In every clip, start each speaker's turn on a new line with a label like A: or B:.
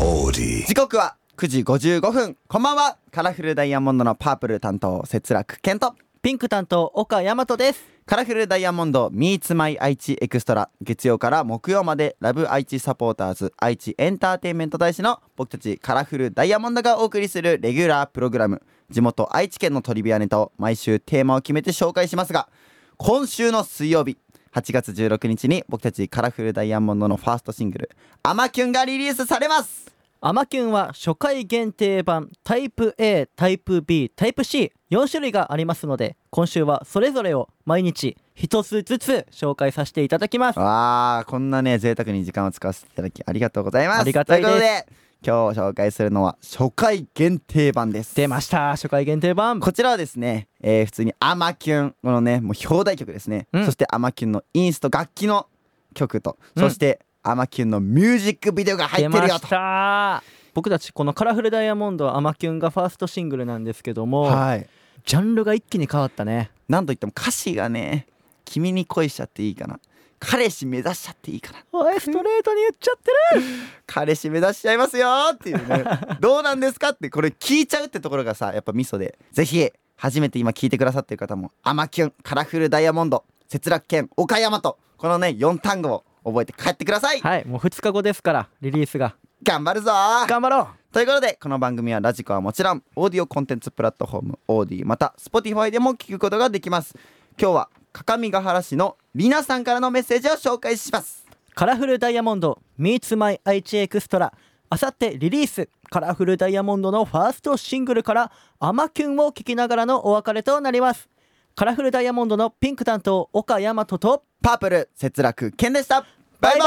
A: オーディ
B: 時刻は9時55分こんばんはカラフルダイヤモンドのパープル担当節楽健と
C: ピンク担当岡大和です
B: カラフルダイヤモンド Meets My 愛知エクストラ月曜から木曜までラブ愛知サポーターズ愛知エンターテインメント大使の僕たちカラフルダイヤモンドがお送りするレギュラープログラム地元愛知県のトリビアネタを毎週テーマを決めて紹介しますが今週の水曜日8月16日に僕たちカラフルダイヤモンドのファーストシングル「アマキュン」がリリースされます
C: アマキュンは初回限定版タイプ A タイプ B タイプ C4 種類がありますので今週はそれぞれを毎日一つずつ紹介させていただきます
B: わあこんなね贅沢に時間を使わせていただきありがとうございます
C: ありがたいです
B: ということで今日紹介するのは初回限定版です
C: 出ました初回限定版
B: こちらはですね、えー普通に「アマキュン」このねもう表題曲ですね、
C: うん
B: そして「アマキュン」のインスト楽器の曲と、
C: うん
B: そして「アマキュン」のミュージックビデオが入
C: 出
B: ってる
C: ま
B: よ
C: し
B: と
C: た僕たちこの「カラフルダイヤモンド」はアマキュンがファーストシングルなんですけども、
B: はい
C: ジャンルが一気に変わったね
B: なんといっても歌詞がね「君に恋しちゃっていいかな」「彼氏目指しちゃっていいかな」
C: おいストレートに言っちゃってる
B: 彼氏目指しちゃいますよっていうねどうなんですかってこれ聞いちゃうってところがさやっぱミソでぜひ初めて今聞いてくださってる方も「アマキュン」「カラフルダイヤモンド」「節楽剣」「岡山と」このね4単語を覚えて帰ってください、
C: はいもう2日後ですからリリースが
B: 頑張るぞー
C: 頑張ろう
B: ということでこの番組はラジコはもちろんオーディオコンテンツプラットフォームオーディまた Spotify でも聞くことができます今日は各務原市のりなさんからのメッセージを紹介します
C: カラフルダイヤモンド Meets My 愛知エクストラあさってリリースカラフルダイヤモンドのファーストシングルからアマキュンを聴きながらのお別れとなりますカラフルダイヤモンドのピンク担当岡大和と
B: パープル節楽剣でしたバイバ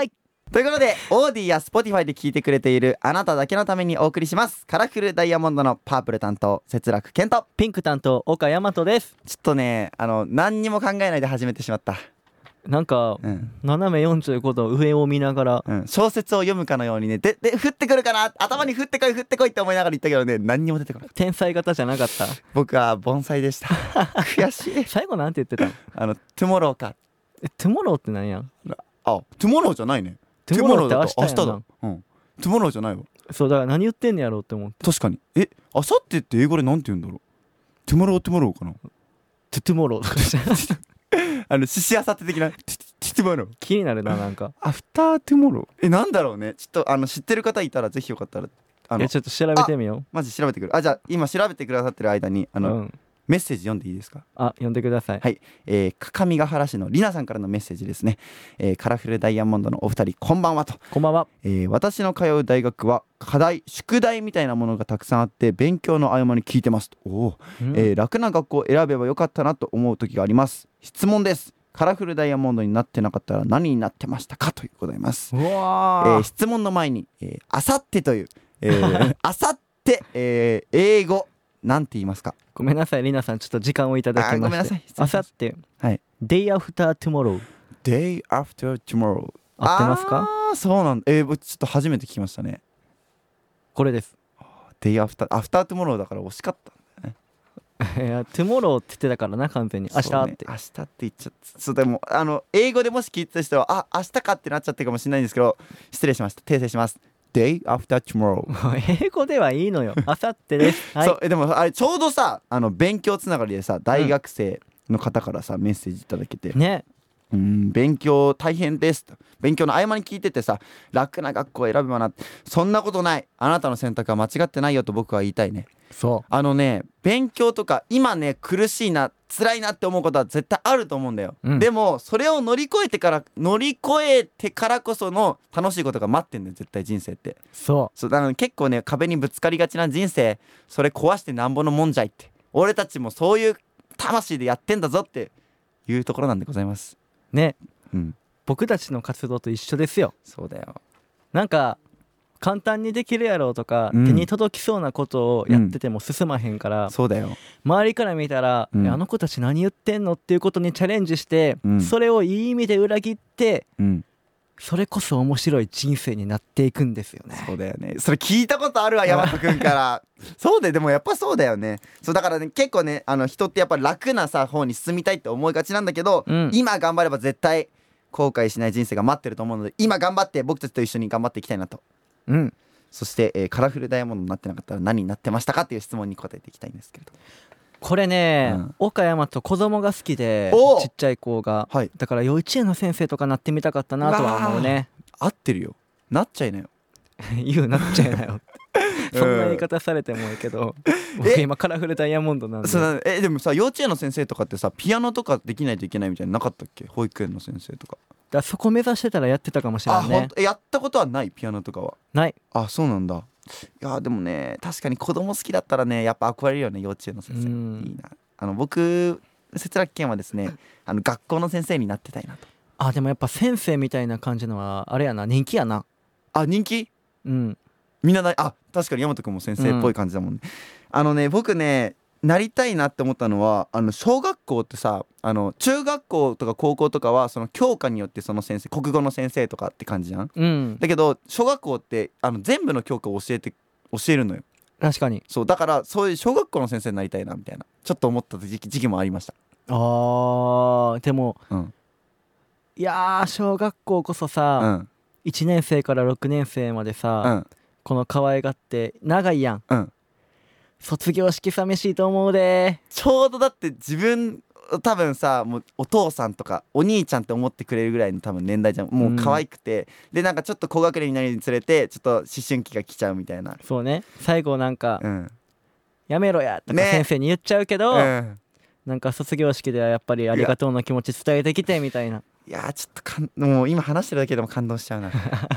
B: ーイ
C: イ
B: ということで、オーディや Spotify で聞いてくれているあなただけのためにお送りします。カラフルダイヤモンドのパープル担当、節楽健と。
C: ピンク担当岡大和です
B: ちょっとね、あの、何にも考えないで始めてしまった。
C: なんか
B: うん。
C: 斜め45度上を見ながら
B: うん、小説を読むかのようにね、で、で、降ってくるかな頭に降ってこい、降ってこいって思いながら言ったけどね、何にも出てこない。
C: 天才型じゃなかった
B: 僕は盆栽でした。 悔しい。
C: 最後なんて言ってた
B: あの、トゥモローか。
C: えトゥモローってなんや
B: あ、トゥモローじゃないね。
C: トゥモローって明日やな
B: うん。トゥモローじゃないわ。
C: そうだから何言ってんねやろうって思って
B: 確かに。え、あさってって英語でなんて言うんだろう。トゥモロー、トゥモローかな。
C: トゥトゥモロー
B: あの、獅子あさって的な、トゥトゥモロー。
C: 気になるななんか
B: アフタートゥモローえ、なんだろうね。ちょっと、あの、知ってる方いたら、ぜひよかったら、あ
C: い
B: の
C: や、ちょっと調べてみよ
B: マジ調べてくる。あ、じゃあ、今調べてくださってる間に、あ
C: うう
B: の、
C: ん
B: メッセージ読んでいいですか
C: あ、呼んでください。
B: はい。えー、かかみがはら市のりなさんからのメッセージですね。えーカラフルダイヤモンドのお二人、こんばんはと。
C: こんばんは。
B: えー私の通う大学は、課題、宿題みたいなものがたくさんあって、勉強の合間に聞いてますと。おーえー楽な学校を選べばよかったなと思う時があります質問ですカラフルダイヤモンドになってなかったら何になってましたかというございます、
C: う
B: え
C: わ
B: ー質問の前にあさってという あさって英語なんて言いますか
C: ごめんなさい、りなさん、ちょっと時間をいただきまして。
B: あごめんなさい失礼
C: あ
B: し
C: さ
B: ま
C: っ、
B: してはい。
C: day after tomorrow。
B: Day after tomorrow
C: 合ってますか
B: あーそうなんだえー僕ちょっと初めて聞きましたね
C: これです。
B: Day after after tomorrow だから惜しかった
C: いや、tomorrow って言ってたからな、完全に。明日
B: そう
C: っ
B: ね
C: て。
B: 明日って言っちゃったそうでもあの英語でもし聞いてた人はあ明日かってなっちゃってるかもしれないんですけど失礼しました訂正します Day after tomorrow
C: もう英語ではいい のよ。あさってです。はい
B: そう。えでもあれちょうどさあの勉強つながりでさ大学生の方からさ、メッセージいただけて
C: ね。
B: 「うん勉強大変です」と勉強の合間に聞いててさ楽な学校を選べばなそんなことないあなたの選択は間違ってないよと僕は言いたいね
C: そ
B: あのね勉強とか今ね苦しいな辛いなって思うことは絶対あると思うんだよ、
C: うん
B: でもそれを乗り越えてから乗り越えてからこその楽しいことが待ってんだよ絶対人生って
C: う。そ
B: そうだから結構ね壁にぶつかりがちな人生それ壊してなんぼのもんじゃいって俺たちもそういう魂でやってんだぞっていうところなんでございます
C: う。ね。
B: うん
C: 僕たちの活動と一緒ですよ。
B: そうだよ
C: なんか、簡単にできるやろうとか、
B: うん
C: 手に届きそうなことをやってても進まへんから、
B: そうだよ
C: 周りから見たら、
B: うん
C: えあの子たち何言ってんのっていうことにチャレンジして、
B: うん
C: それをいい意味で裏切って
B: うん
C: それこそ面白い人生になっていくんですよね
B: そうだよねそれ聞いたことあるわ大和くんから そうででもやっぱそうだよねそうだからね結構ねあの人ってやっぱ楽なさ方に進みたいって思いがちなんだけど、
C: うん
B: 今頑張れば絶対後悔しない人生が待ってると思うので今頑張って僕たちと一緒に頑張っていきたいなと
C: うん
B: そして、えーカラフルダイヤモンドになってなかったら何になってましたかっていう質問に答えていきたいんですけれど
C: これね、
B: うん
C: 岡山と子供が好きで
B: お
C: ちっちゃい子が
B: はい
C: だから幼稚園の先生とかなってみたかったなとは思う ね
B: 合ってるよなっちゃいなよ
C: 言うなっちゃいなよ
B: うん
C: そんな言い方されてもいいけど僕今カラフルダイヤモンドなんで
B: そうだねえでもさ幼稚園の先生とかってさピアノとかできないといけないみたいなのなかったっけ保育園の先生とか
C: だからそこ目指してたらやってたかもしれ
B: あ
C: ない
B: ほ
C: ね
B: んとえやったことはないピアノとかは
C: ない
B: あそうなんだいやでもね確かに子供好きだったらねやっぱ憧れるよね幼稚園の先生
C: うん
B: いいなあの僕節楽健はですねあの学校の先生になってたいなと
C: あでもやっぱ先生みたいな感じのはあれやな人気やな
B: あ人気
C: うん
B: みんななあ確かに大和君も先生っぽい感じだもんね、あのね僕ねなりたいなって思ったのはあの小学校ってさあの中学校とか高校とかはその教科によってその先生国語の先生とかって感じじゃん
C: うん
B: だけど小学校ってあの全部の教科を教えて教えるのよ
C: 確かに
B: そうだからそういう小学校の先生になりたいなみたいなちょっと思った時期時期もありました
C: あーでも、
B: うん
C: いやー小学校こそ
B: う
C: さ、
B: ん
C: 一1年生から6年生までさ、
B: うん
C: この可愛がって長いやん、
B: うん
C: 卒業式寂しいと思うで
B: ちょうどだって自分多分さもうお父さんとかお兄ちゃんって思ってくれるぐらいの多分年代じゃんもう可愛くて、でなんかちょっと高学年になるにつれてちょっと思春期が来ちゃうみたいな
C: そうね最後なんか
B: う、ん、
C: やめろやとか
B: ね
C: 先生に言っちゃうけど、
B: うん
C: なんか卒業式ではやっぱりありがとうの気持ち伝えてきてみたいない
B: やーちょっとかんもう今話してるだけでも感動しち ゃうな、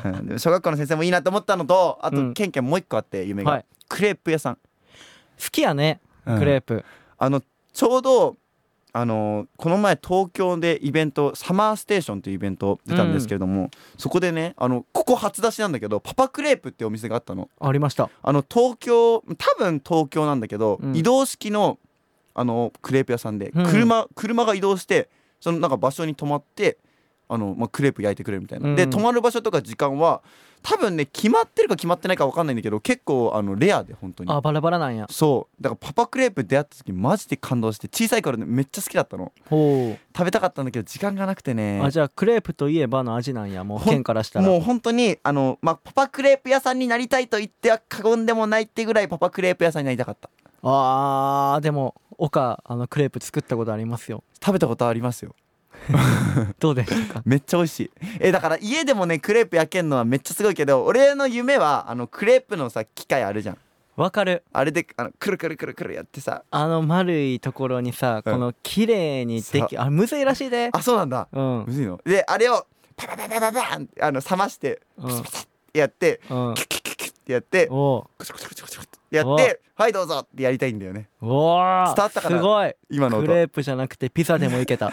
B: うんでも小学校の先生もいいなと思ったのとあと、
C: うん
B: ケンケンもう一個あって夢が、
C: はい
B: クレープ屋さん、
C: 好きやねクレープ、
B: あのちょうどあのーこの前東京でイベントサマーステーションというイベント出たんですけれども、そこでねあのここ初出しなんだけどパパクレープってお店があったの
C: ありました
B: あの東京多分東京なんだけど、
C: うん
B: 移動式のあのクレープ屋さんで
C: うん
B: 車,、車が移動してそのなんか場所に泊まってあの、まあ、クレープ焼いてくれるみたいな、
C: うん
B: で泊まる場所とか時間は多分ね決まってるか決まってないか分かんないんだけど結構あのレアで本当に
C: あバラバラなんや
B: そうだからパパクレープ出会った時マジで感動して小さい頃ねめっちゃ好きだったの
C: ほ
B: 食べたかったんだけど時間がなくてね
C: あじゃあクレープといえばの味なんやもう
B: ほん
C: 県からしたら
B: もう本当にあのまあパパクレープ屋さんになりたいと言っては過言でもないってぐらいパパクレープ屋さんになりたかった
C: あーでも岡あのクレープ作ったことありま すよ
B: 食べたことありますよ
C: どうでしたか
B: めっちゃ美味しいえだから家でもねクレープ焼けんのはめっちゃすごいけど俺の夢はあのクレープのさ機械あるじゃん
C: わかる
B: あれであのくるくるくるくるやってさ
C: あの丸いところにさ
B: うん
C: この綺麗にできあむずいらしいで
B: あそうなんだ
C: うん
B: むずいのであれをパパパパパパンあの冷まして
C: うん
B: プスプスってやって
C: うん
B: キュッキュッキュッキュッってやって
C: お
B: コチョコチョコチョコチョってや
C: お
B: ってはいどうぞってやりたいんだよね
C: うおー
B: 伝わったかな
C: すごい
B: 今の
C: ク
B: 音
C: レープじゃなくてピザでも いけた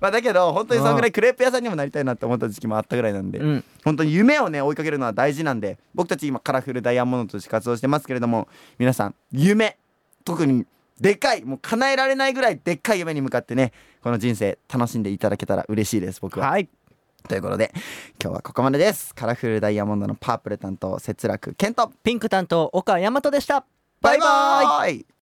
B: まあだけど本当にそのぐらいクレープ屋さんにもなりたいなって思った時期もあったぐらいなんで
C: うん
B: 本当に夢をね追いかけるのは大事なんで僕たち今カラフルダイヤモンドとして活動してますけれども皆さん夢特にでかいもう叶えられないぐらいでっかい夢に向かってねこの人生楽しんでいただけたら嬉しいです僕は。
C: はい
B: ということで今日はここまでです。カラフルダイヤモンドのパープル担当節楽健と
C: ピンク担当岡大和でした
B: バイバーイ